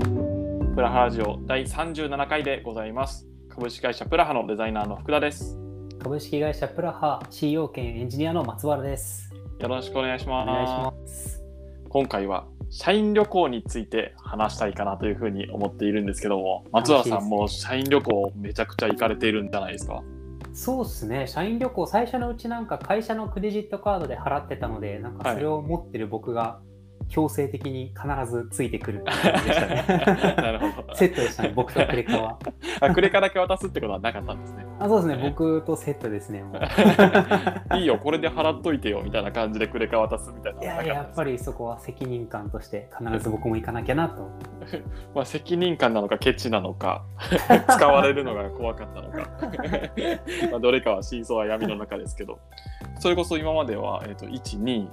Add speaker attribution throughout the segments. Speaker 1: プラハラジオ第37回でございます。株式会社プラハのデザイナーの福田です。
Speaker 2: 株式会社プラハ CEO 兼エンジニアの松原です。
Speaker 1: よろしくお願いしま
Speaker 2: お
Speaker 1: す。
Speaker 2: 願いします。
Speaker 1: 今回は社員旅行について話したいかなというふうに思っているんですけども、松原さんも
Speaker 2: 楽しい
Speaker 1: 社員旅行めちゃくちゃ行かれているんじゃないです か。
Speaker 2: そうですね、社員旅行、最初のうちなんか会社のクレジットカードで払ってたので、なんかそれを持ってる僕が強制的に必ずついてくるっていう感じでしたね。
Speaker 1: なるほど
Speaker 2: セ。ットでしたね、僕とクレカ は。
Speaker 1: あクレカだけ渡すってことはなかったんですね。
Speaker 2: あそうですね、僕とセットです ね、もう。
Speaker 1: いいよ、これで払っといてよみたいな感じでクレカ渡すみたいなの
Speaker 2: い
Speaker 1: はなか
Speaker 2: や
Speaker 1: った
Speaker 2: いや、
Speaker 1: んで
Speaker 2: やっ
Speaker 1: すね
Speaker 2: ぱりそこは責任感として必ず僕も行かなきゃなと。
Speaker 1: まあ、責任感なのかケチなの か使われるのが怖かったのか まあどれかは真相は闇の中ですけどそれこそ今までは、えー、と12345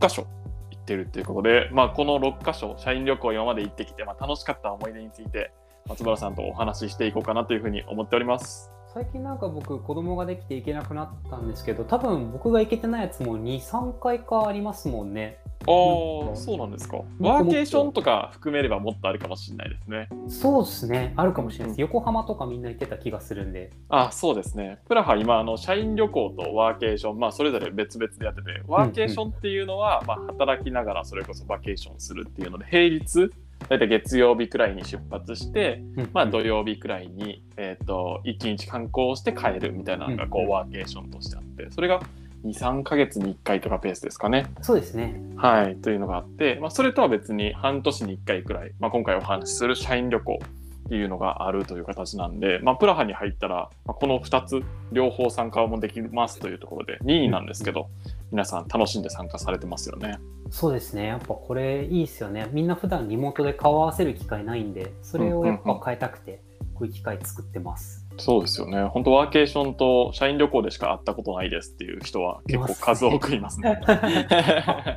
Speaker 1: 箇所行ってるっていうことで、まあ、この6箇所社員旅行今まで行ってきて、まあ、楽しかった思い出について松原さんとお話ししていこうかなというふうに思っております。
Speaker 2: 最近なんか僕子供ができて行けなくなったんですけど多分僕が行けてないやつも23回かありますもんね
Speaker 1: あーそうなんですか
Speaker 2: と
Speaker 1: ワーケーションとか含めればもっとあるかもしれないですね。
Speaker 2: そうですねあるかもしれないです、
Speaker 1: うん
Speaker 2: 横浜とかみんな行ってた気がするんで
Speaker 1: あそうですね。プラハ今あの社員旅行とワーケーション、まあ、それぞれ別々でやっててワーケーションっていうのは、まあ、働きながらそれこそバケーションするっていうので平日大体月曜日くらいに出発して、まあ、土曜日くらいに、えー、と1日観光して帰るみたいなのがこ
Speaker 2: うん
Speaker 1: うワーケーションとしてあってそれが23ヶ月に1回とかペースですかね。
Speaker 2: そうですね
Speaker 1: はい、というのがあって、まあ、それとは別に半年に1回くらい、まあ、今回お話しする社員旅行っていうのがあるという形なんで、まあ、プラハに入ったら、まあ、この2つ両方参加もできますというところで任意なんですけど皆さん楽しんで参加されてますよね。
Speaker 2: そうですねやっぱこれいいですよねみんな普段リモートで顔合わせる機会ないんでそれをやっぱ変えたくてこういう機会作ってます、
Speaker 1: そうですよね本当ワーケーションと社員旅行でしか会ったことないですっていう人は結構数多くいます ね。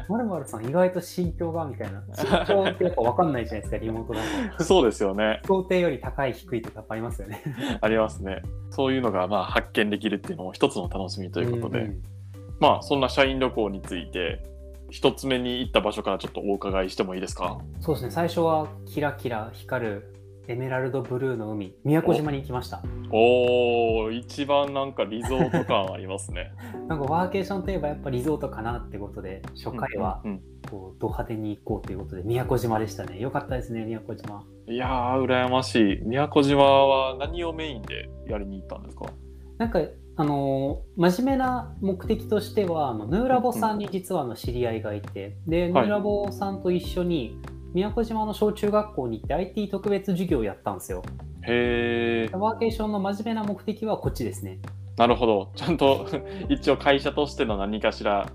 Speaker 2: まるまるさん意外と心境がみたいな心境ってやっぱ分かんないじゃないですかリモートだ と
Speaker 1: そうですよね
Speaker 2: 想定より高い低いとかやっぱありますよね
Speaker 1: ありますね。そういうのがまあ発見できるっていうのも一つの楽しみということで。
Speaker 2: んん
Speaker 1: まあそんな社員旅行について一つ目に行った場所からちょっとお伺いしてもいいですか
Speaker 2: そうですね最初はキラキラ光るエメラルドブルーの海宮古島に行きました
Speaker 1: おお一番なんかリゾート感あります ね
Speaker 2: なんかワーケーションといえばやっぱリゾートかなってことで初回は
Speaker 1: うんうん
Speaker 2: こうド派手に行こうということで宮古島でしたねよかったですね宮古島
Speaker 1: うんいやー羨ましい宮古島は何をメインでやりに行ったんですか
Speaker 2: なんかあのー真面目な目的としてはあのヌーラボさんに実はあの知り合いがいてでヌ
Speaker 1: はい
Speaker 2: ーラボさんと一緒に宮古島の小中学校に行って IT 特別授業をやったんですよ
Speaker 1: へえ
Speaker 2: ワーケーションの真面目な目的はこっちですね
Speaker 1: なるほどちゃんと 一応会社としての何かしら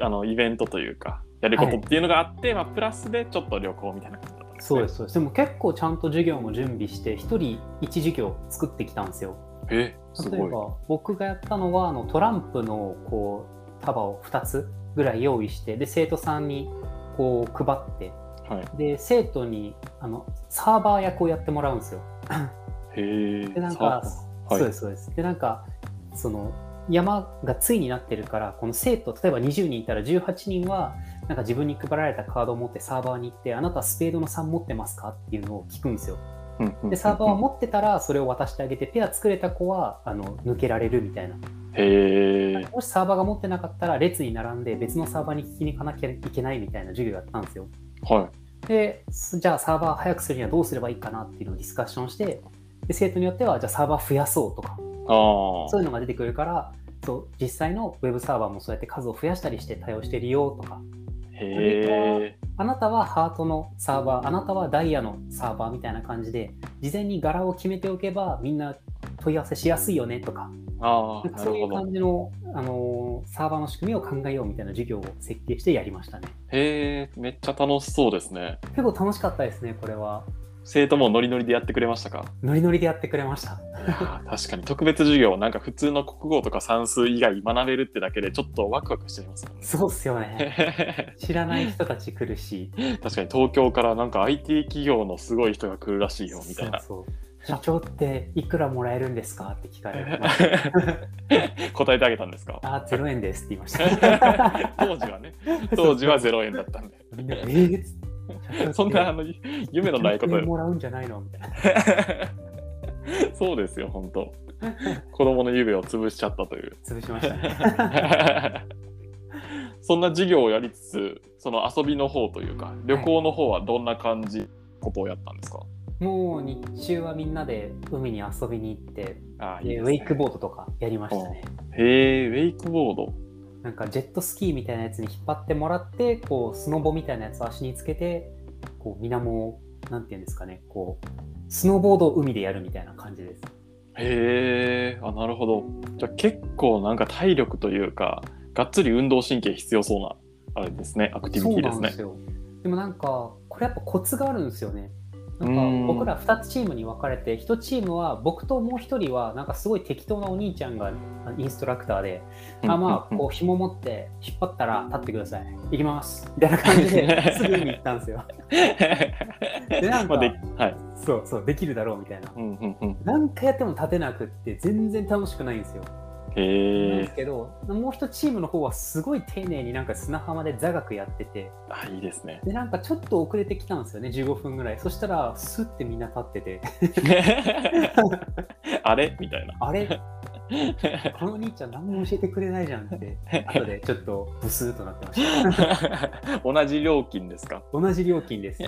Speaker 1: あのイベントというかやることっていうのがあって、まあ、プラスでちょっと旅行みたいな感じだったんです、
Speaker 2: そう
Speaker 1: ね、
Speaker 2: ですそうですでも結構ちゃんと授業も準備して一人一授業作ってきたんですよ
Speaker 1: えす
Speaker 2: 例え
Speaker 1: ごい
Speaker 2: ば僕がやったのはあのトランプのこう束を2つぐらい用意してで生徒さんにこう配って
Speaker 1: は
Speaker 2: で生徒にあのサーバー役をやってもらうんですよ
Speaker 1: いへえ
Speaker 2: でなんか
Speaker 1: はい
Speaker 2: そうですそうですでなんかその山が対になってるからこの生徒例えば20人いたら18人はなんか自分に配られたカードを持ってサーバーに行って「あなたスペードの3持ってますか?」っていうのを聞くんですよでサーバーを持ってたらそれを渡してあげてペア作れた子はあの抜けられるみたいな
Speaker 1: へえ
Speaker 2: もしサーバーが持ってなかったら列に並んで別のサーバーに聞きに行かなきゃいけないみたいな授業やったんですよ
Speaker 1: はい
Speaker 2: ですじゃあサーバー早くするにはどうすればいいかなっていうのをディスカッションしてで生徒によってはじゃあサーバー増やそうとか
Speaker 1: ああ
Speaker 2: そういうのが出てくるからそう実際のウェブサーバーもそうやって数を増やしたりして対応してるよとか
Speaker 1: へえ。
Speaker 2: あなたはハートのサーバーあなたはダイヤのサーバーみたいな感じで事前に柄を決めておけばみんな問い合わせしやすいよねとか
Speaker 1: ああ、
Speaker 2: なん
Speaker 1: な
Speaker 2: かそう
Speaker 1: る
Speaker 2: い
Speaker 1: ほ
Speaker 2: う
Speaker 1: ど。
Speaker 2: 感じの、あのーサーバーの仕組みを考えようみたいな授業を設計してやりましたね。
Speaker 1: へえ、めっちゃ楽しそうですね。
Speaker 2: 結構楽しかったですね、これは。
Speaker 1: 生徒もノリノリでやってくれました か。
Speaker 2: ノリノリでやってくれました。
Speaker 1: いやー確かに特別授業なんか普通の国語とか算数以外学べるってだけでちょっとワクワクしちゃいますもんね。
Speaker 2: そうっすよ ね。知らない人たち来るし、
Speaker 1: 確かに東京からなんか IT 企業のすごい人が来るらしいよみたいな
Speaker 2: そうそう社長っていくらもらえるんですかって聞かれ て、
Speaker 1: 答えてあげたん ですか
Speaker 2: あ、0 円ですって言いました。
Speaker 1: 当時はね当時は0円だったんで
Speaker 2: みんな、えー、社
Speaker 1: そんなあの夢のないこと
Speaker 2: 100円
Speaker 1: よ。
Speaker 2: もらうんじゃないのみたいな。
Speaker 1: そうですよ、本当。子供の夢を潰しちゃったという。
Speaker 2: 潰しました ね。
Speaker 1: そんな事業をやりつつ、その遊びの方というか、旅行の方はどんな感じのことをやったんですか、
Speaker 2: もう日中はみんなで海に遊びに行って、
Speaker 1: ああ、いい
Speaker 2: で
Speaker 1: です、ね。
Speaker 2: ウェイクボードとかやりましたね。
Speaker 1: へえ、ウェイクボード。
Speaker 2: なんかジェットスキーみたいなやつに引っ張ってもらって、こうスノボみたいなやつを足につけて、こう水面を、なんていうんですかね、こう、スノーボードを海でやるみたいな感じです。
Speaker 1: へえ、あ、なるほど。じゃあ結構なんか体力というか、がっつり運動神経必要そうな、あれですね、アクティビティですね。
Speaker 2: そうなんですよ。でもなんか、これやっぱコツがあるんですよね。な
Speaker 1: うんん
Speaker 2: か僕ら2つチームに分かれて、1チームは僕ともう1人は、なんかすごい適当なお兄ちゃんがインストラクターで、あまあ、こう紐持って引っ張ったら立ってください、行きますみたいな感じ ですぐに行ったんですよ。で、なん
Speaker 1: ま
Speaker 2: か
Speaker 1: あ、、ではい。
Speaker 2: そうそう、できるだろうみたいな。
Speaker 1: うんうんうん。
Speaker 2: 何回やっても立てなくって、全然楽しくないんですよ。なん
Speaker 1: へ
Speaker 2: で
Speaker 1: え
Speaker 2: す、けど、もう1チームの方はすごい丁寧になんか砂浜で座学やってて、
Speaker 1: あ、いいですね。
Speaker 2: でなんかちょっと遅れてきたんですよね15分ぐらいそしたらスッてみんな立ってて
Speaker 1: あれみたいな。
Speaker 2: あれこの兄ちゃん何も教えてくれないじゃんって後でちょっとブスーとなってました
Speaker 1: 同じ料金ですか
Speaker 2: 同じ料金です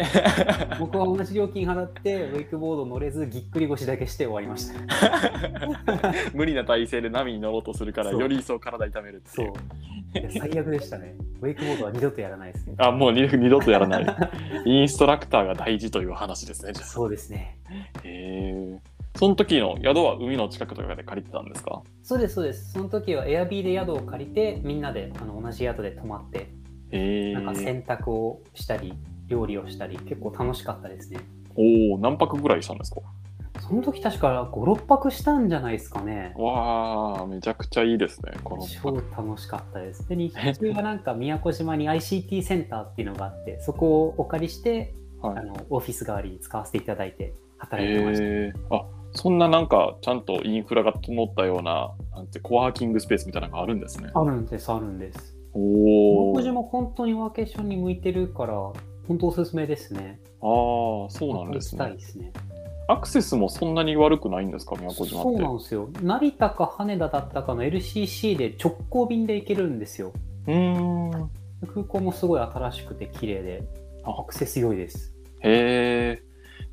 Speaker 2: 僕は同じ料金払ってウェイクボード乗れずぎっくり腰だけして終わりました
Speaker 1: 無理な体勢で波に乗ろうとするから
Speaker 2: そう
Speaker 1: より一層体痛めるって
Speaker 2: そ
Speaker 1: いうう
Speaker 2: いや最悪でしたねウェイクボードは二度とやらないですね
Speaker 1: あもう二度二度とやらない インストラクターが大事という話ですねじゃ
Speaker 2: そうですね
Speaker 1: あへえその時の宿は海の近くとかで借りてたんですか
Speaker 2: そうですそうですその時はエアビーで宿を借りてみんなであの同じ宿で泊まって
Speaker 1: へ
Speaker 2: なんか
Speaker 1: え
Speaker 2: 洗濯をしたり料理をしたり結構楽しかったですね
Speaker 1: おお何泊ぐらいしたんですか
Speaker 2: その時確か5、6泊したんじゃないですかね。
Speaker 1: わあめちゃくちゃいいですねこの
Speaker 2: 超楽しかっ たです。で、日中はなんか宮古島に ICT センターっていうのがあって、そこをお借りして、
Speaker 1: はい
Speaker 2: あのオフィス代わりに使わせていただいて働いてました。
Speaker 1: へえあそんななんかちゃんとインフラが整ったようななんてコワーキングスペースみたいなのがあるんですね
Speaker 2: あるんです、あるんです。
Speaker 1: おお
Speaker 2: 宮古島本当にワーケーションに向いてるから、本当おすすめですね。
Speaker 1: ああそうなんです
Speaker 2: 本当
Speaker 1: ね
Speaker 2: に行きたいですね。
Speaker 1: アクセスもそんなに悪くないんですか宮古島
Speaker 2: そうな
Speaker 1: っ
Speaker 2: んですよ。成田か羽田だったかの LCC で直行便で行けるんですよ。
Speaker 1: てうーん
Speaker 2: 空港もすごい新しくて綺麗で、
Speaker 1: あ
Speaker 2: アクセス良いです。
Speaker 1: へえ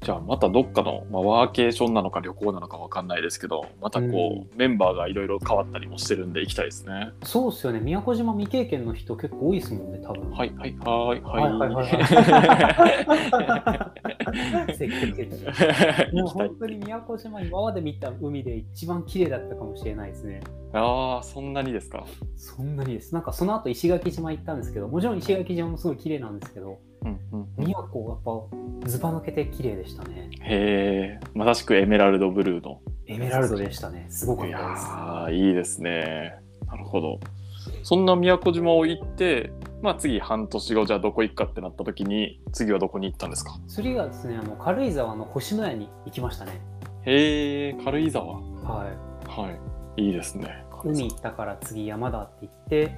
Speaker 1: じゃあまたどっかの、まあ、ワーケーションなのか旅行なのかわかんないですけどまたこう、メンバーがいろいろ変わったりもしてるんで行きたいですね
Speaker 2: そうっすよね。宮古島未経験の人結構多いですもんね、多分。。
Speaker 1: はいいはいはい
Speaker 2: はいはいはい
Speaker 1: は
Speaker 2: はい。積極的。
Speaker 1: い
Speaker 2: もう
Speaker 1: 行きたい
Speaker 2: 本当に宮古島今まで見た海で一番綺麗だったかもしれないですね。
Speaker 1: ああそんなにですか
Speaker 2: そんなにです。なんかその後石垣島行ったんですけど、もちろん石垣島もすごい綺麗なんですけど、
Speaker 1: うんうんうん
Speaker 2: 宮古やっぱずば抜けて綺麗でしたね。
Speaker 1: へえまさしくエメラルドブルーの
Speaker 2: エメラルドでしたね。すごかっ
Speaker 1: いや
Speaker 2: たです。
Speaker 1: ーいいですねなるほどそんな宮古島を行ってまあ次半年後じゃあどこ行くかってなった時に次はどこに行ったんですか
Speaker 2: 次がですね、あの軽井沢の星のやに行きましたね。
Speaker 1: へえ軽井沢
Speaker 2: はい。
Speaker 1: はいいいですね
Speaker 2: 海行ったから次山だって言って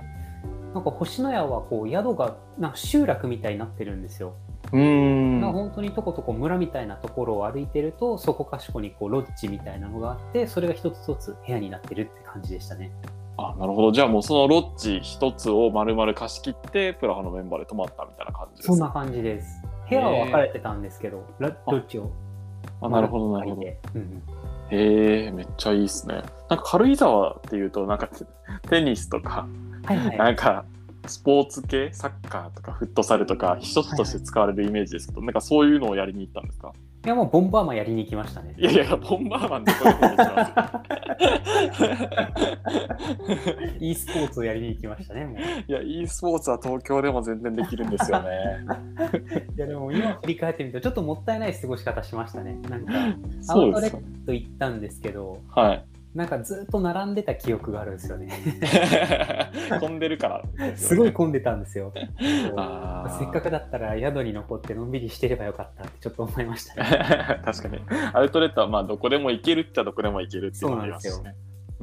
Speaker 2: なんか星のやはこう宿がなんか集落みたいになってるんですよ、
Speaker 1: うーん
Speaker 2: なんか本当にとことこ村みたいなところを歩いてるとそこかしこにこうロッジみたいなのがあってそれが一つ一つ部屋になってるって感じでしたね
Speaker 1: あなるほどじゃあもうそのロッジ一つを丸々貸し切ってプラハのメンバーで泊まったみたいな感じです
Speaker 2: そんな感じです部屋は分かれてたんですけど、ラロッジを
Speaker 1: あなるほどなるほど
Speaker 2: 借りてうんうん
Speaker 1: へえめっちゃいいですねなんか軽井沢っていうとなんか テテニスとか
Speaker 2: はいはい
Speaker 1: なんかスポーツ系サッカーとかフットサルとか一つとして使われるイメージですけど、なんかそういうのをやりに行ったんですか
Speaker 2: いやもうボンバーマンやりに行きましたね
Speaker 1: いやいやボンバーマンでこれも違います
Speaker 2: e スポーツをやりに行きましたねもう
Speaker 1: いや e スポーツは東京でも全然できるんです よね
Speaker 2: いやでも今振り返ってみるとちょっともったいない過ごし方しましたねなんかア
Speaker 1: そ
Speaker 2: ウ
Speaker 1: う
Speaker 2: ト
Speaker 1: で
Speaker 2: レッ
Speaker 1: すか
Speaker 2: ト行ったんですけど
Speaker 1: はい
Speaker 2: なんかずっと並んでた記憶があるんですよ ね
Speaker 1: 混んでるからです
Speaker 2: す
Speaker 1: よ
Speaker 2: ごい
Speaker 1: ね
Speaker 2: 混んでたんですよこう
Speaker 1: あー
Speaker 2: せっかくだったら宿に残ってのんびりしてればよかったってちょっと思いましたね
Speaker 1: 確かにアウトレットはまあどこでも行けるっちゃどこでも行けるっていうのがありますしね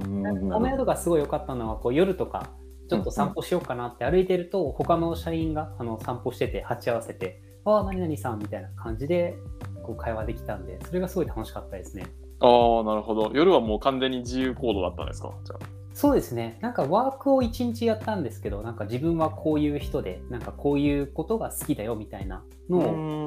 Speaker 1: うん
Speaker 2: なんかこの宿がすごい良かったのはこう夜とかちょっと散歩しようかなって歩いてると他の社員があの散歩してて鉢合わせてああ、何々さんみたいな感じでこう会話できたんで、それがすごい楽しかったですね。
Speaker 1: ああ、なるほど。夜はもう完全に自由行動だったんですかじゃ
Speaker 2: そうですね、なんかワークを1日やったんですけど、なんか自分はこういう人で、なんかこういうことが好きだよみたいなの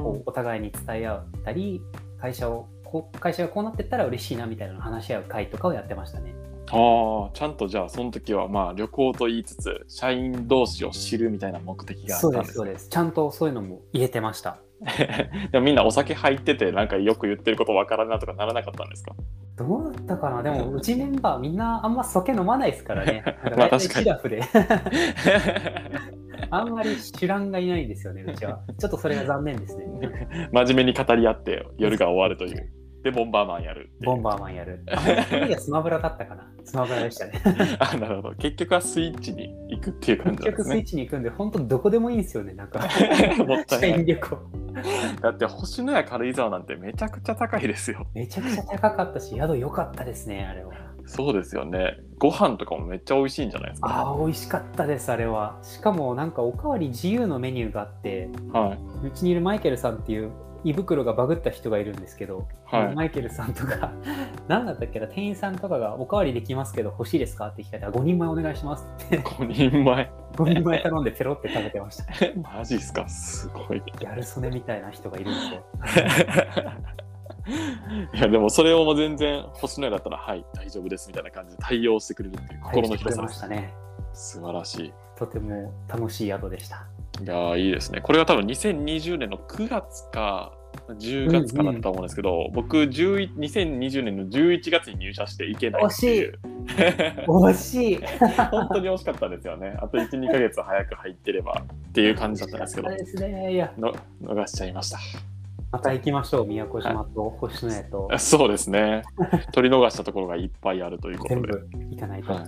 Speaker 2: をこうお互いに伝え合ったり、会社をこう会社がこうなってったら嬉しいなみたいなのを話し合う会とかをやってましたね。
Speaker 1: あ。ああ、ちゃんとじゃあ、その時はまあ旅行と言いつつ、社員同士を知るみたいな目的があった
Speaker 2: そ
Speaker 1: ん
Speaker 2: う
Speaker 1: ですね
Speaker 2: です、そうです。ちゃんとそういうのも入れてました。
Speaker 1: でもみんなお酒入っててなんかよく言ってることわからんなとかならなかったんです か
Speaker 2: どうだったかなでも、うちメンバーみんなあんま酒飲まないですから ね。
Speaker 1: まあ確かに
Speaker 2: シラフで。あんまり主覧がいないんですよね、うちは。ちょっとそれが残念ですね。
Speaker 1: 真面目に語り合って夜が終わるというでボンバーマンやるっていう
Speaker 2: ボンバーマンやる。 あその時はスマブラだったかな。スマブラで したね。
Speaker 1: あなるほど結局はスイッチに行くっていう感じな
Speaker 2: 結
Speaker 1: んで
Speaker 2: 局
Speaker 1: す
Speaker 2: スイ
Speaker 1: ね
Speaker 2: ッチに行くんで、本当どこでもいいんですよね、 なんか。
Speaker 1: もった
Speaker 2: 社
Speaker 1: いな
Speaker 2: 員
Speaker 1: い
Speaker 2: 旅行。
Speaker 1: だって星のや軽井沢なんてめちゃくちゃ高いですよ
Speaker 2: めちゃくちゃ高かったし、宿良かったですね、あれは。
Speaker 1: そうですよねご飯とかもめっちゃ美味しいんじゃないですか
Speaker 2: ああ、美味しかったです、あれは。しかも、なんかおかわり自由のメニューがあって、
Speaker 1: は
Speaker 2: うちにいるマイケルさんっていう胃袋がバグった人がいるんですけど、
Speaker 1: はい
Speaker 2: マイケルさんとか 何だったっけな店員さんとかが「おかわりできますけど欲しいですか?」って聞かれたら「5人前お願いします」って
Speaker 1: い5人前
Speaker 2: 5人前頼んでペロって食べてました
Speaker 1: マジっすかすごい
Speaker 2: ギャル曽根みたいな人がいるんですよ
Speaker 1: いやでもそれをもう全然星野屋だったらはい大丈夫ですみたいな感じで対応してくれるっていう心の広さ
Speaker 2: 対応してくれ
Speaker 1: で
Speaker 2: ますし
Speaker 1: 素
Speaker 2: たね
Speaker 1: 晴らし
Speaker 2: とても楽しい宿でした
Speaker 1: いいやーいいですねこれは多分2020年の9月か10月かだったと思うんですけど、僕11 2020年の11月に入社していけないっていう
Speaker 2: 惜しい
Speaker 1: 本当に惜しかったですよ ねあと12か月早く入ってればっていう感じだったんですけど
Speaker 2: 惜しかったですねいや
Speaker 1: の逃しちゃいました
Speaker 2: また行きましょう宮古島と星野屋と
Speaker 1: そうですね取り逃したところがいっぱいあるということ
Speaker 2: 全
Speaker 1: で
Speaker 2: 部行かないと、
Speaker 1: はい、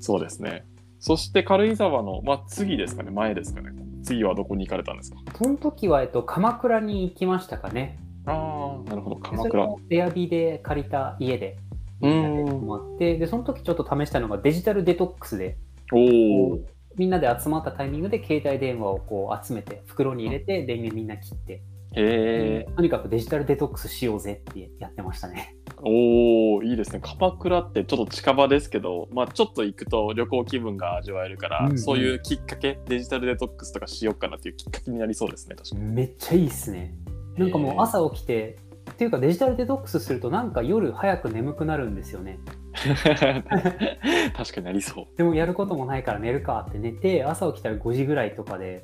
Speaker 1: そうですね。そして軽井沢の、まあ、次ですかね、前ですかね。次はどこに行かれたんですか
Speaker 2: その時は、えっと、鎌倉に行きましたかね
Speaker 1: ああ、なるほど、
Speaker 2: で
Speaker 1: 鎌
Speaker 2: それ
Speaker 1: 倉。
Speaker 2: もエアビーで借りた家で
Speaker 1: う
Speaker 2: み
Speaker 1: ん
Speaker 2: んなで泊まってでその時ちょっと試したのがデジタルデトックスで
Speaker 1: おお、
Speaker 2: みんなで集まったタイミングで携帯電話をこう集めて袋に入れて電源みんな切って、
Speaker 1: へえ、
Speaker 2: とにかくデジタルデトックスしようぜってやってましたね
Speaker 1: おお、いいですね。鎌倉ってちょっと近場ですけど、まあ、ちょっと行くと旅行気分が味わえるから、
Speaker 2: うんうん
Speaker 1: そういうきっかけ、デジタルデトックスとかしようかなっていうきっかけになりそうですね、 確かに。
Speaker 2: めっちゃいいっすねなんかもう朝起きてっていうかデジタルデトックスするとなんか夜早く眠くなるんですよね
Speaker 1: 確かになりそう。
Speaker 2: でもやることもないから寝るかって寝て朝起きたら5時ぐらいとかで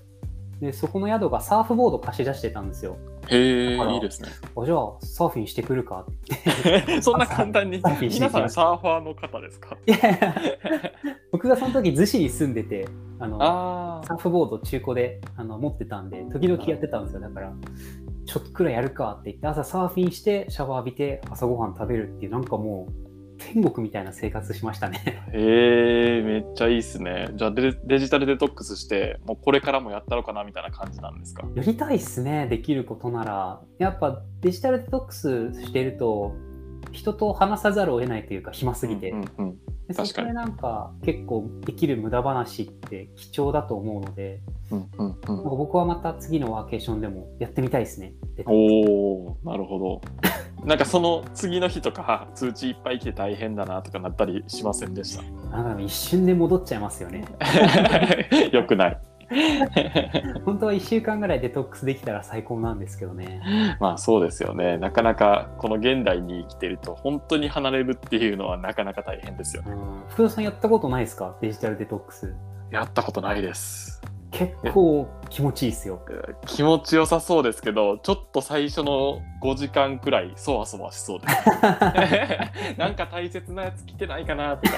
Speaker 2: でそこの宿がサーフボード貸し出してたんですよ
Speaker 1: へえ、
Speaker 2: だから
Speaker 1: いいですね。
Speaker 2: あじゃあサーフィンしてくるかっ て
Speaker 1: そんな簡単に
Speaker 2: サーフィンしに
Speaker 1: 皆
Speaker 2: 行き
Speaker 1: さ
Speaker 2: ま
Speaker 1: ん
Speaker 2: し
Speaker 1: サーファーの方ですか
Speaker 2: いやいや僕がその時逗子に住んでてあの
Speaker 1: ああ
Speaker 2: サーフボード中古であの持ってたんで時々やってたんですよだからちょっとくらいやるかって言って朝サーフィンしてシャワー浴びて朝ごはん食べるっていうなんかもう天国みたいな生活しましたね
Speaker 1: へえめっちゃいいっすね。じゃあデデジタルデトックスしてもうこれからもやったろうかなみたいな感じなんですか
Speaker 2: やりたいっすねできることならやっぱデジタルデトックスしてると人と話さざるを得ないというか暇すぎて、
Speaker 1: うんうんうん
Speaker 2: で
Speaker 1: 確かに
Speaker 2: そこでなんか結構できる無駄話って貴重だと思うので
Speaker 1: うんうんう
Speaker 2: なん
Speaker 1: ん
Speaker 2: か僕はまた次のワーケーションでもやってみたいですね。で
Speaker 1: おーなるほど。なんかその次の日とか通知いっぱい来て大変だなとかなったりしませんでした。
Speaker 2: なんか一瞬で戻っちゃいますよね。
Speaker 1: よくない。
Speaker 2: 本当は1週間ぐらいデトックスできたら最高なんですけどね。
Speaker 1: まあそうですよね。なかなかこの現代に生きてると本当に離れるっていうのはなかなか大変ですよね。
Speaker 2: うん福田さんやったことないですかデジタルデトックス。
Speaker 1: やったことないです。
Speaker 2: 結構気持ちいいですよ。
Speaker 1: 気持ちよさそうですけどちょっと最初の5時間くらいそわそわしそうです なんか大切なやつ着てないかなとか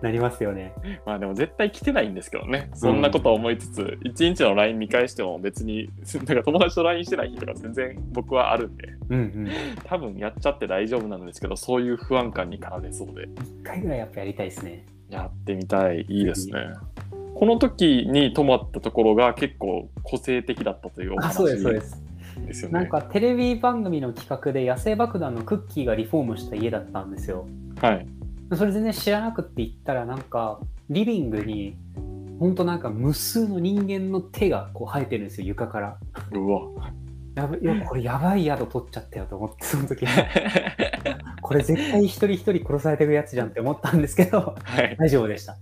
Speaker 2: なりますよね。
Speaker 1: まあでも絶対着てないんですけどねそんなこと思いつつ、1日の LINE 見返しても別になんか友達と LINE してない日とか全然僕はあるんで
Speaker 2: うんうん。
Speaker 1: 多分やっちゃって大丈夫なんですけどそういう不安感に駆られそうで
Speaker 2: 1回ぐらいやっぱやりたいですね。
Speaker 1: やってみたいいいですねこの時に泊まったところが結構個性的だったというお
Speaker 2: あ、
Speaker 1: 話
Speaker 2: そうです、そうで。
Speaker 1: ですすよね
Speaker 2: なんかテレビ番組の企画で野生爆弾のクッキーがリフォームした家だったんですよ。
Speaker 1: はい
Speaker 2: それ全然知らなくって言ったらなんかリビングに本当なんか無数の人間の手がこう生えてるんですよ床から
Speaker 1: うわ。
Speaker 2: やばいやこれやばい宿取っちゃったよと 思ってその時これ絶対一人一人殺されてるやつじゃんって思ったんですけど
Speaker 1: はい。
Speaker 2: 大丈夫でした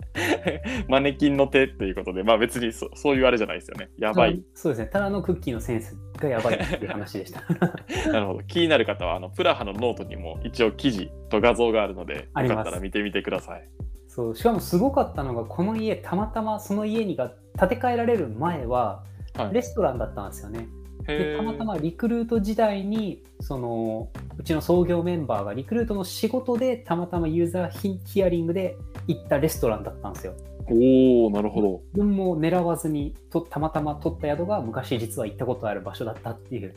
Speaker 1: マネキンの手っていうことで、まあ別にそそういうあれじゃないですよね。やばい。
Speaker 2: そうですねただのクッキーのセンスがやばいっていう 話でした
Speaker 1: なるほど。気になる方は、あの、プラハのノートにも一応記事と画像があるので、
Speaker 2: あり
Speaker 1: よ
Speaker 2: ます
Speaker 1: かったら見てみてください。
Speaker 2: そうしかもすごかったのがこの家たまたまその家にが建て替えられる前は
Speaker 1: はい
Speaker 2: レストランだったんですよね、
Speaker 1: へ
Speaker 2: で
Speaker 1: ー
Speaker 2: たまたまリクルート時代にそのうちの創業メンバーがリクルートの仕事でたまたまユーザーヒヒアリングで行ったレストランだったんですよ
Speaker 1: おおなるほど。
Speaker 2: 自分も狙わずにとたまたま取った宿が昔実は行ったことある場所だったっていう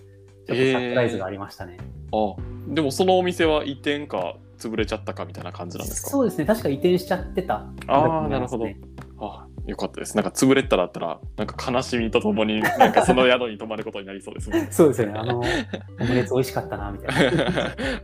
Speaker 2: ちょっとサプライズがありましたね、
Speaker 1: あでもそのお店は移転か潰れちゃったかみたいな感じなんですか
Speaker 2: そうですね確か移転しちゃってたんだと
Speaker 1: ああ、
Speaker 2: 思い
Speaker 1: なる
Speaker 2: ます
Speaker 1: ほ
Speaker 2: ね
Speaker 1: ど。あよかったです。なんか潰れたらだったら、なんか悲しみととも に、なんかその宿に泊まることになりそうですもん
Speaker 2: そうですよねあのオムレツ美味しかったなみたいなち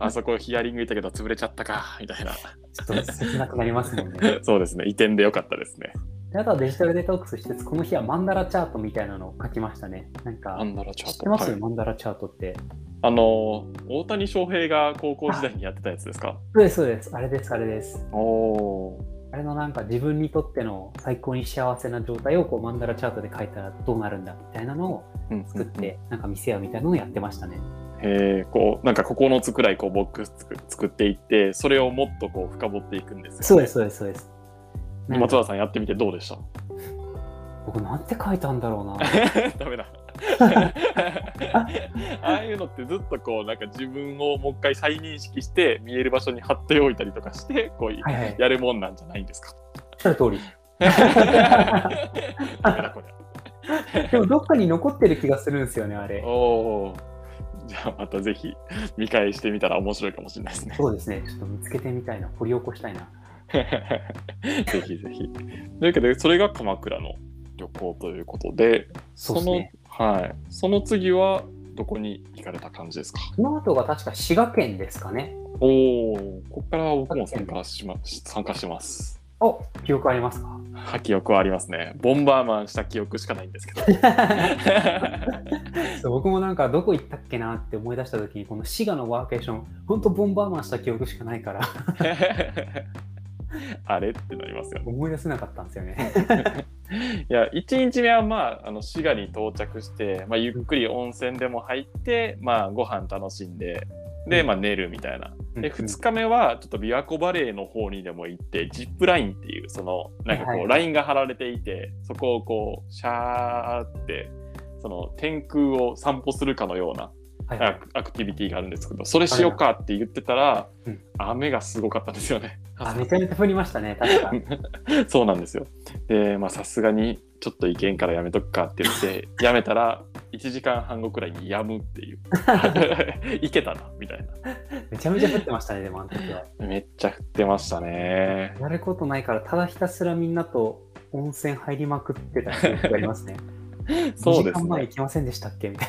Speaker 1: あそこヒアリングいたけど潰れちゃったか、みたいな。
Speaker 2: ょっと切なくなりますもん ね
Speaker 1: そうですね、移転でよかったですね。
Speaker 2: であとはデジタルデトックスしつつこの日はマンダラチャートみたいなのを書きましたねなんか
Speaker 1: マンダラチャ
Speaker 2: 知っ
Speaker 1: ー
Speaker 2: て
Speaker 1: ト。
Speaker 2: ます、
Speaker 1: はい
Speaker 2: マンダラチャートって。
Speaker 1: あの、大谷翔平が高校時代にやってたやつですか
Speaker 2: そうです、そうです。あれです、あれです。
Speaker 1: おお
Speaker 2: あれのなんか自分にとっての最高に幸せな状態をこうマンダラチャートで書いたらどうなるんだみたいなのを
Speaker 1: ー。うん
Speaker 2: 作って、なんか見せようみたいなのをやってましたね。
Speaker 1: へえこうなんか9つくらいこうボックス作作っていってそれをもっとこう深掘っていくんですよ、ね、
Speaker 2: そうです、そうです、そうです。なんか
Speaker 1: 松原さんやってみてどうでした
Speaker 2: 僕なんて書いたんだろうな。
Speaker 1: ダ メだあ あいうのってずっとこうなんか自分をもう一回再認識して見える場所に貼っておいたりとかしてこう
Speaker 2: はいはい。
Speaker 1: やるもんなんじゃないんです か
Speaker 2: おっしゃる通り。
Speaker 1: ダメだこれ
Speaker 2: でもどっかに残ってる気がするんですよね、あれ。
Speaker 1: おおじゃあまたぜひ見返してみたら面白いかもしれないですね
Speaker 2: そうですね。ちょっと見つけてみたいな。掘り起こしたいな。
Speaker 1: ぜひ ぜひ。というわけで、それが鎌倉の旅行ということで、そ
Speaker 2: そうです
Speaker 1: の、
Speaker 2: ね
Speaker 1: はい、その次はどこに行かれた感じですか
Speaker 2: その後が確か滋賀県ですかね。
Speaker 1: おお、ここから僕も参加し,、ま、参加します。
Speaker 2: お記憶あります か
Speaker 1: は記憶はありますね。ボンバーマンした記憶しかないん ですけど。
Speaker 2: そう僕もなんかどこ行ったっけなって思い出した時にこの滋賀のワーケーションほんとボンバーマンした記憶しかないから
Speaker 1: あれってなりますよね。
Speaker 2: 思い出せなかったんですよね
Speaker 1: いや1日目はまああの滋賀に到着して、まあ、ゆっくり温泉でも入って、まあ、ご飯楽しんでで、まあ、寝るみたいなで
Speaker 2: うん
Speaker 1: 2日目はちょっと琵琶湖バレーの方にでも行ってジップラインっていうそのなんか
Speaker 2: はい
Speaker 1: こ
Speaker 2: は
Speaker 1: う
Speaker 2: い
Speaker 1: ラインが張られていてそこをこうシャーってその天空を散歩するかのような
Speaker 2: はいは
Speaker 1: ア
Speaker 2: い
Speaker 1: クアクティビティがあるんですけどそれしようかって言ってたら
Speaker 2: うん
Speaker 1: 雨がすごかったんですよね。
Speaker 2: あめちゃめちゃ降りましたね確か
Speaker 1: そうなんですよ。で、まあさすがにちょっと意見からやめとくかって言って、やめたら1時間半後くらいにやむって いう。 いけたな、みたい
Speaker 2: めちゃめちゃ降ってましたねでもあの時は
Speaker 1: な。めっちゃ降ってましたね。
Speaker 2: やることないからただひたすらみんなと温泉入りまくってた記憶がありますね
Speaker 1: そうで
Speaker 2: 2
Speaker 1: す
Speaker 2: 時間前
Speaker 1: ね
Speaker 2: 行。きませんでしたっけみた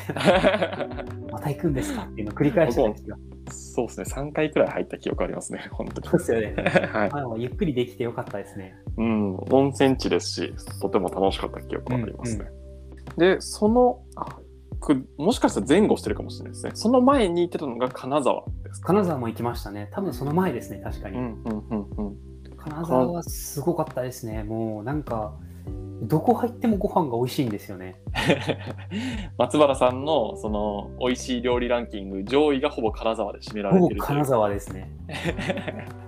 Speaker 2: いなまた行くんですかっていうのを繰り返してたんですよ
Speaker 1: そうですね。3回くらい入った記憶ありますね、 本当に
Speaker 2: そ。うですよね
Speaker 1: はい。
Speaker 2: まあゆっくりできてよかったですね
Speaker 1: うん、温泉地ですし、とても楽しかった記憶がありますね。で、その、あくもしかしたら前後してるかもしれないですね。その前に行ってたのが金沢ですか。
Speaker 2: 金沢も行きましたね多分その前ですね確かに、
Speaker 1: うんうんうんうん。
Speaker 2: 金沢はすごかったですね、もうなんか、どこ入ってもご飯が美味しいんですよね。
Speaker 1: 松原さんのその美味しい料理ランキング上位がほぼ金沢で占められ
Speaker 2: ほぼ
Speaker 1: てるという
Speaker 2: 金沢で すね。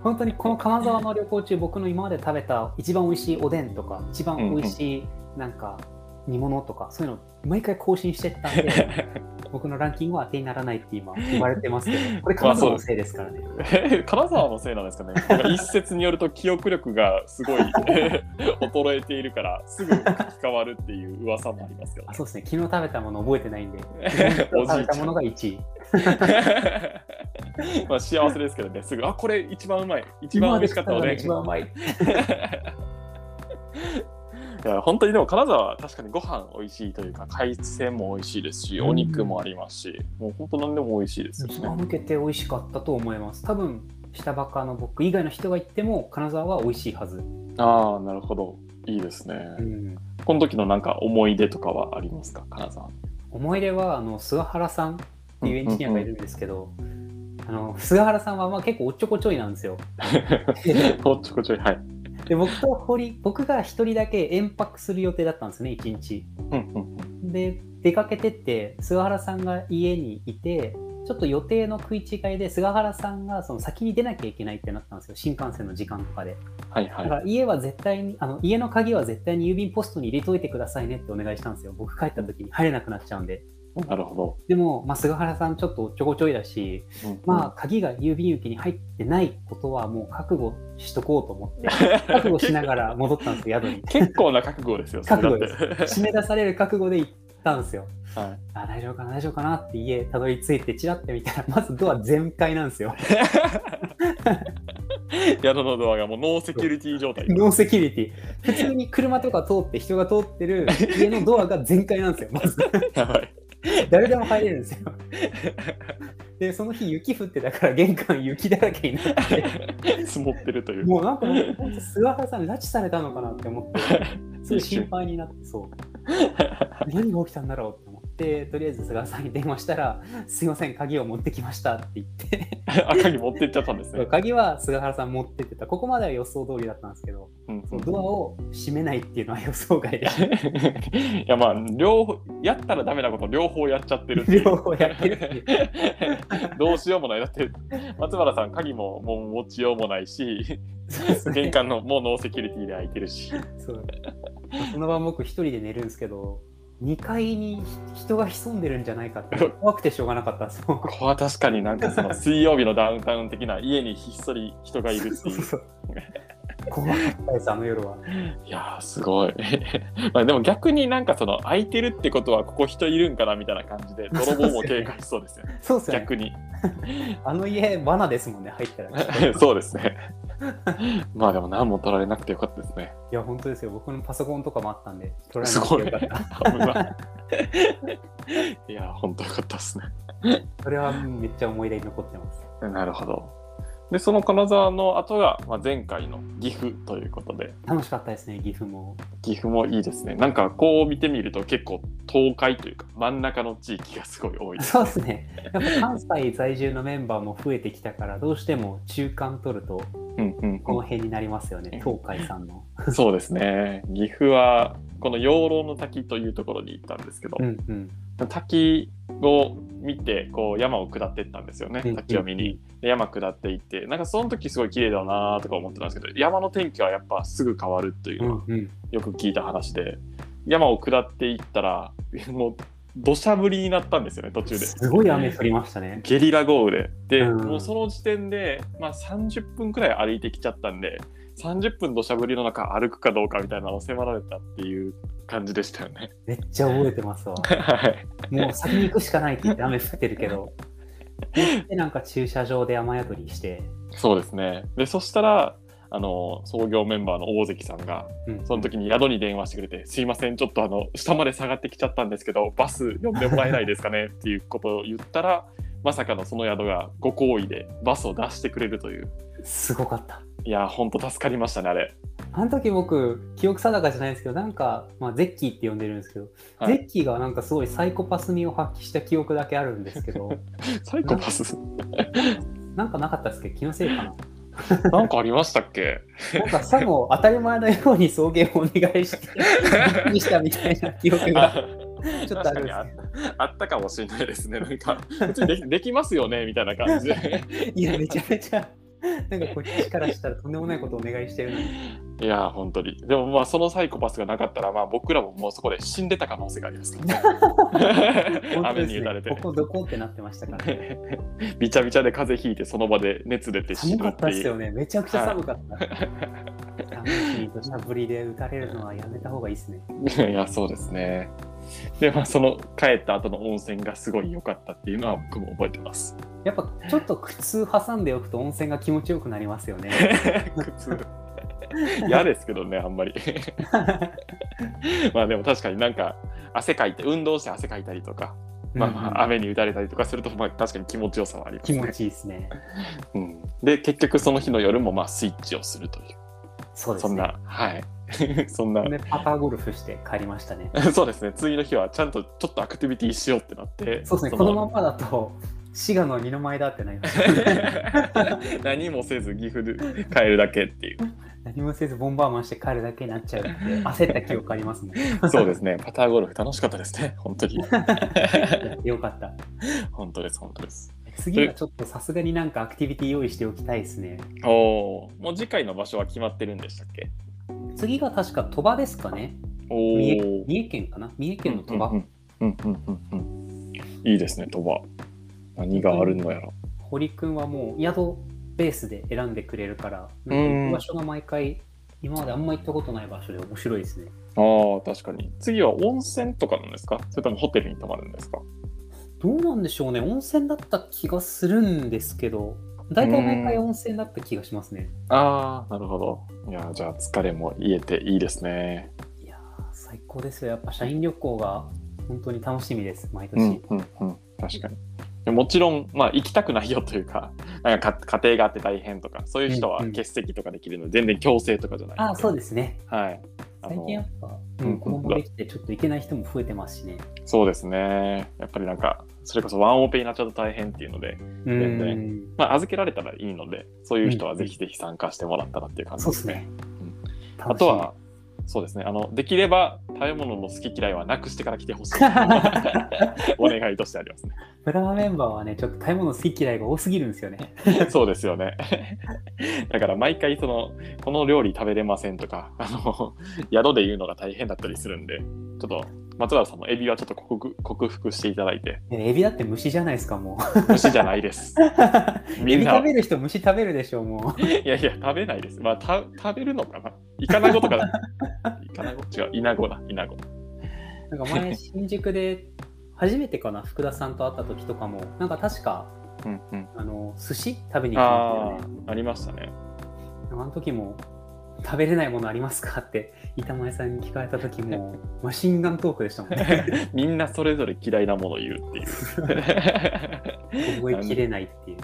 Speaker 2: 本当にこの金沢の旅行中、僕の今まで食べた一番美味しいおでんとか、一番美味しいなんか煮物とか、そういうの、毎回更新してったんで、 僕のランキングは当てにならないって今、言われてますけど、これ、金沢のせいですからね。
Speaker 1: え 金沢のせいなんですかねなんか一説によると記憶力がす ごい衰えているからすぐ書き換わるっていう噂もありますけど
Speaker 2: あそうですね、昨日食べたもの覚えてないんで、
Speaker 1: お
Speaker 2: 食
Speaker 1: じい
Speaker 2: べ
Speaker 1: ち
Speaker 2: た
Speaker 1: ゃ
Speaker 2: も
Speaker 1: ん
Speaker 2: のが1位。
Speaker 1: まあ幸せですけどねすぐあこれ一番うまい一番美味しかったのね
Speaker 2: 一番うまい。
Speaker 1: いや本当にでも金沢は確かにご飯美味しいというか海鮮も美味しいですしお肉もありますし、もう本当何でも美味しいですよね
Speaker 2: 一番向けて美味しかったと思います多分下バカの僕以外の人が行っても金沢は美味しいはず
Speaker 1: ああなるほどいいですね
Speaker 2: う。ん、
Speaker 1: この時のなんか思い出とかはありますか、金さん。
Speaker 2: 思い出はあの菅原さんっていうエンジニアがいるんですけど、あの菅原さんはまあ結構おっちょこちょいなんです よ。
Speaker 1: おっちょこちょい、はい。
Speaker 2: で僕と堀僕が一人だけ延泊する予定だったんですね一日。
Speaker 1: うんうん
Speaker 2: で出かけてって菅原さんが家にいてちょっと予定の食い違いで菅原さんがその先に出なきゃいけないってなったんですよ新幹線の時間とかで
Speaker 1: はい
Speaker 2: だか
Speaker 1: は
Speaker 2: ら家は絶対にあの家の鍵は絶対に郵便ポストに入れといてくださいねってお願いしたんですよ僕帰った時に入れなくなっちゃうんで
Speaker 1: い。なるほ
Speaker 2: でも、まあ、菅原さんちょっとおっちょこちょいだし、
Speaker 1: ど。うんうん
Speaker 2: まあ、鍵が郵便受けに入ってないことはもう覚悟しとこうと思って 覚悟しながら戻ったんですよ宿に
Speaker 1: 結構な覚悟ですよ。それだって
Speaker 2: 締め出される覚悟で行ったんですよ
Speaker 1: は
Speaker 2: あ大丈夫かな大丈夫かなって家たどり着いてチラッて見たらまずドア全開な んですよ
Speaker 1: い。宿のドアがもうノーセキュリティ状態。
Speaker 2: ノーセキュリティ普通に車とか通って人が通ってる家のドアが全開なんですよまず
Speaker 1: やばい。
Speaker 2: 誰でも入れるんですよ でその日雪降ってたから玄関雪だらけになって
Speaker 1: 積もってるという。
Speaker 2: も うなんかもう本当菅原さん拉致されたのかなって思ってすごい心配になってそう何が起きたんだろうって思ってとりあえず菅原さんに電話したら「すいません鍵を持ってきました」って言って
Speaker 1: あ鍵持ってっちゃったんですね。
Speaker 2: 鍵は菅原さん持ってってたここまでは予想通りだったんですけど
Speaker 1: うん
Speaker 2: そのドアを閉めないっていうのは予想 外で
Speaker 1: いやまあ両方やったらダメなこと両方やっちゃってるっていう
Speaker 2: 両方やってるっていう
Speaker 1: どうしようもないだって松原さん鍵ももう持ちようもないし
Speaker 2: そうです
Speaker 1: 玄
Speaker 2: ね
Speaker 1: 関のもうノーセキュリティで開いてる し
Speaker 2: そうその晩僕一人で寝るんですけど2階に人が潜んでるんじゃないかって怖くてしょうがなかったんですも
Speaker 1: ここは確かになんかその水曜日のダウンタウン的な家にひっそり人がいるって
Speaker 2: う
Speaker 1: い
Speaker 2: そう
Speaker 1: う
Speaker 2: そう 怖かったですあの夜はい
Speaker 1: やーすごい まあでも逆になんかその空いてるってことはここ人いるんかなみたいな感じ で泥棒も警戒しそうですよね
Speaker 2: そうっすよね
Speaker 1: 逆に
Speaker 2: あの家罠ですもんね入ったらい
Speaker 1: そうですね まあでも何も取られなくてよかったですね
Speaker 2: や本当ですよ僕のパソコンとかもあったんで取られなくてよかった
Speaker 1: 危 ないいや本当よかったですね
Speaker 2: それはめっちゃ思い出に残ってます
Speaker 1: なるほどでその金沢の後が、まあ、前回の岐阜ということで
Speaker 2: 楽しかったですね岐阜も
Speaker 1: 岐阜もいいですねなんかこう見てみると結構東海というか真ん中の地域がすごい多いです
Speaker 2: そうですね。やっぱ関西在住のメンバーも増えてきたから、どうしても中間取ると、
Speaker 1: うんうん
Speaker 2: この辺になりますよね、東海さんの。
Speaker 1: うん、そうですね岐阜はこの養老の滝というところに行ったんですけど、
Speaker 2: うんうん。
Speaker 1: 滝を見てこう山を下っていったんですよね
Speaker 2: うん
Speaker 1: 滝を見に、で山下っていってなんかその時すごい綺麗だなとか思ってたんですけど山の天気はやっぱすぐ変わるという
Speaker 2: う
Speaker 1: のは
Speaker 2: んうん。
Speaker 1: よく聞いた話で、山を下っていったらもう土砂降りになったんですよね途中です
Speaker 2: ごい雨降りましたね。
Speaker 1: ゲリラ豪雨でで、
Speaker 2: うん
Speaker 1: もうその時点で、まあ、30分くらい歩いてきちゃったんで30分土砂降りの中歩くかどうかみたいなのを迫られたっていう感じでしたよね。
Speaker 2: めっちゃ覚えてますわ。
Speaker 1: はい
Speaker 2: もう先に行くしかないって言って雨降ってるけど。で、なんか駐車場で雨宿りして。
Speaker 1: そうですね。で、そしたら、あの、創業メンバーの大関さんが、
Speaker 2: うん
Speaker 1: その時に宿に電話してくれて、すいません、ちょっとあの、下まで下がってきちゃったんですけど、バス呼んでもらえないですかねっていうことを言ったら、まさかのその宿がご好意でバスを出してくれるという。
Speaker 2: すごかった。
Speaker 1: いやー、ほんと助かりましたね、あれ。
Speaker 2: あの時僕、記憶定かじゃないんですけど、なんか、まあ、ゼッキーって呼んでるんですけど、
Speaker 1: はい
Speaker 2: ゼッキーがなんかすごいサイコパス味を発揮した記憶だけあるんですけど、
Speaker 1: サイコパス。
Speaker 2: なんかなかったっすけど、気のせいかな。
Speaker 1: なんかありましたっ け
Speaker 2: なんかさも当たり前のように送迎をお願いして、にしたみたいな記憶が
Speaker 1: あ
Speaker 2: ちょっとある
Speaker 1: 確
Speaker 2: ん
Speaker 1: かに
Speaker 2: で
Speaker 1: あったかもしれないですね。なんか、別にできできますよね、 みたいな感じで。
Speaker 2: すけど、いや、めちゃめちゃ、なんかこっちからしたらとんでもないことをお願いしてるのに、
Speaker 1: いやー本当にでもまあそのサイコパスがなかったらまあ僕らももうそこで死んでた可能性があります からね
Speaker 2: 本当
Speaker 1: 雨
Speaker 2: です
Speaker 1: に打たれ
Speaker 2: ね、
Speaker 1: て
Speaker 2: ここどこってなってましたから、ね、
Speaker 1: びちゃびちゃで風邪ひいてその場で熱出て死
Speaker 2: 寒
Speaker 1: ぬ
Speaker 2: か
Speaker 1: っ
Speaker 2: ってたっ
Speaker 1: い
Speaker 2: す
Speaker 1: う
Speaker 2: よね、めちゃくちゃ寒かった。寒いし、土砂降りで打たれるのはやめた方がいいですね。
Speaker 1: いやそうですねでまあその帰った後の温泉がすごい良かったっていうのは僕も覚えてます
Speaker 2: やっぱちょっと苦痛挟んでおくと温泉が気持ちよくなりますよね。
Speaker 1: 苦痛嫌ですけどねあ んまり まあでも確かになんか汗かいて運動して汗かいたりとか、まあまあ
Speaker 2: うん
Speaker 1: 雨に打たれたりとかするとまあ確かに気持ちよさはあります
Speaker 2: 気
Speaker 1: ね
Speaker 2: 持ちいいですね。
Speaker 1: うん、で結局その日の夜もまあスイッチをするという
Speaker 2: そうです
Speaker 1: そ
Speaker 2: ね。
Speaker 1: んな、はい。 そんな、
Speaker 2: でパターゴルフして帰りましたね。
Speaker 1: そうですね、次の日はちゃんとちょっとアクティビティしようってなって、
Speaker 2: そうです
Speaker 1: そ
Speaker 2: ね、この
Speaker 1: の
Speaker 2: ままだと、滋賀の二の舞だってなりました。
Speaker 1: 何もせず岐阜で帰るだけっていう。
Speaker 2: 何もせずボンバーマンして帰るだけになっちゃうって、焦った記憶ありますも ん。い
Speaker 1: そうです ね、パターゴルフ楽しかったですね、本当に。
Speaker 2: やよかった。
Speaker 1: 本当です、本当です。
Speaker 2: 次はちょっとさすがになんかアクティビティ用意しておきたいですね。
Speaker 1: おお、もう次回の場所は決まってるんでしたっけ
Speaker 2: 次が確か鳥羽ですかね。
Speaker 1: お
Speaker 2: 三
Speaker 1: お
Speaker 2: 重。三重県かな三重県の鳥羽、
Speaker 1: うんうんうんうんうんいいですね、鳥羽。何があるのやら。
Speaker 2: 堀くんはもう宿ベースで選んでくれるから、なんか行く場所が毎回、今まであんま行ったことない場所で面白いですね。
Speaker 1: ああ、確かに。次は温泉とかなんですかそれともホテルに泊まるんですか
Speaker 2: どうなんでしょうね、温泉だった気がするんですけど、大体毎回温泉だった気がしますね。
Speaker 1: ああ、なるほど。いやー、じゃあ疲れも癒えていいですね。
Speaker 2: いやー、最高ですよ。やっぱ社員旅行が本当に楽しみです、毎
Speaker 1: う
Speaker 2: 年。
Speaker 1: んうんうん、確かに。でもちろん、まあ、行きたくないよというか、 なんかか家庭があって大変とか、そういう人は
Speaker 2: うんうん
Speaker 1: 欠席とかできるので、全然強制とかじゃない。
Speaker 2: ああ、そう
Speaker 1: で
Speaker 2: ですね。
Speaker 1: す。はい。あ
Speaker 2: 最
Speaker 1: の
Speaker 2: 近やっぱ、
Speaker 1: うん
Speaker 2: うん、子供できてちょっと行けない人も増えてますしね。
Speaker 1: そうですね。やっぱりなんか、それこそワンオペになっちゃうと大変っていうので、
Speaker 2: う
Speaker 1: 全然
Speaker 2: ん。
Speaker 1: まあ、預けられたらいいので、そういう人はぜひぜひ参加してもらったらっていう感じ
Speaker 2: そう
Speaker 1: で
Speaker 2: ですす
Speaker 1: ね。
Speaker 2: ね。
Speaker 1: うん
Speaker 2: 楽しみ
Speaker 1: あとは、そうですね、あのできれば食べ物の好き嫌いはなくしてから来て ほしいお願いとしてありますね。
Speaker 2: ブラマメンバーはね、ちょっと買い物好き嫌いが多すぎるんですよね。
Speaker 1: そうですよね。だから毎回その、この料理食べれませんとか、あの宿で言うのが大変だったりするんで、ちょっと松原さんもエビはちょっと克服克服していただいて、
Speaker 2: ねエビだって虫じゃないですか、も
Speaker 1: 虫じゃないです。
Speaker 2: う。 エ
Speaker 1: みん
Speaker 2: ビ
Speaker 1: な
Speaker 2: 食、べる人虫食べるでしょう、もう。
Speaker 1: いやいや、食べないです。まあ、た食べるのかなイカナゴとかだ。イカナゴ違う、イナゴだ、イナゴ。
Speaker 2: なんか 前、新宿で初めてかな、福田さんと会った時とかも、なんか確か、
Speaker 1: うんうん、
Speaker 2: あの、寿司食べに行きま
Speaker 1: あ
Speaker 2: したよね。
Speaker 1: あ、ありましたね。
Speaker 2: あの時も、食べれないものありますかって板前さんに聞かれた 時も、マシンガントークでしたもんね。
Speaker 1: みんなそれぞれ嫌いなものを言うっていう。
Speaker 2: 覚えきれないっていう。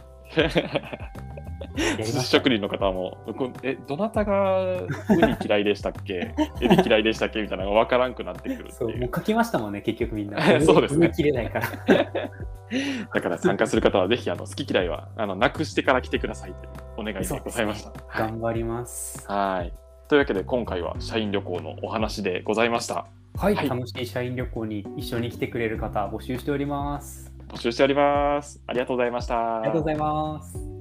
Speaker 2: や
Speaker 1: 寿
Speaker 2: りま
Speaker 1: 司
Speaker 2: した
Speaker 1: 職人の方も「こえどなたがウニ嫌いでしたっけ エビ嫌いでしたっけ?」みたいなのが分からんくなってくるって
Speaker 2: そう、
Speaker 1: い
Speaker 2: も
Speaker 1: う
Speaker 2: う書きましたもんね、結局みんな。
Speaker 1: そうですね
Speaker 2: 覚えきれないから。
Speaker 1: だから参加する方はぜひあの好き嫌いはあのなくしてから来てくださいっていうお願いでございました。はい
Speaker 2: 頑張ります。
Speaker 1: はいというわけで今回は社員旅行のお話でございました。
Speaker 2: はい、
Speaker 1: はい
Speaker 2: 楽しい社員旅行に一緒に来てくれる方募集しております。
Speaker 1: 募集しております。ありがとうございました。
Speaker 2: ありがとうございます。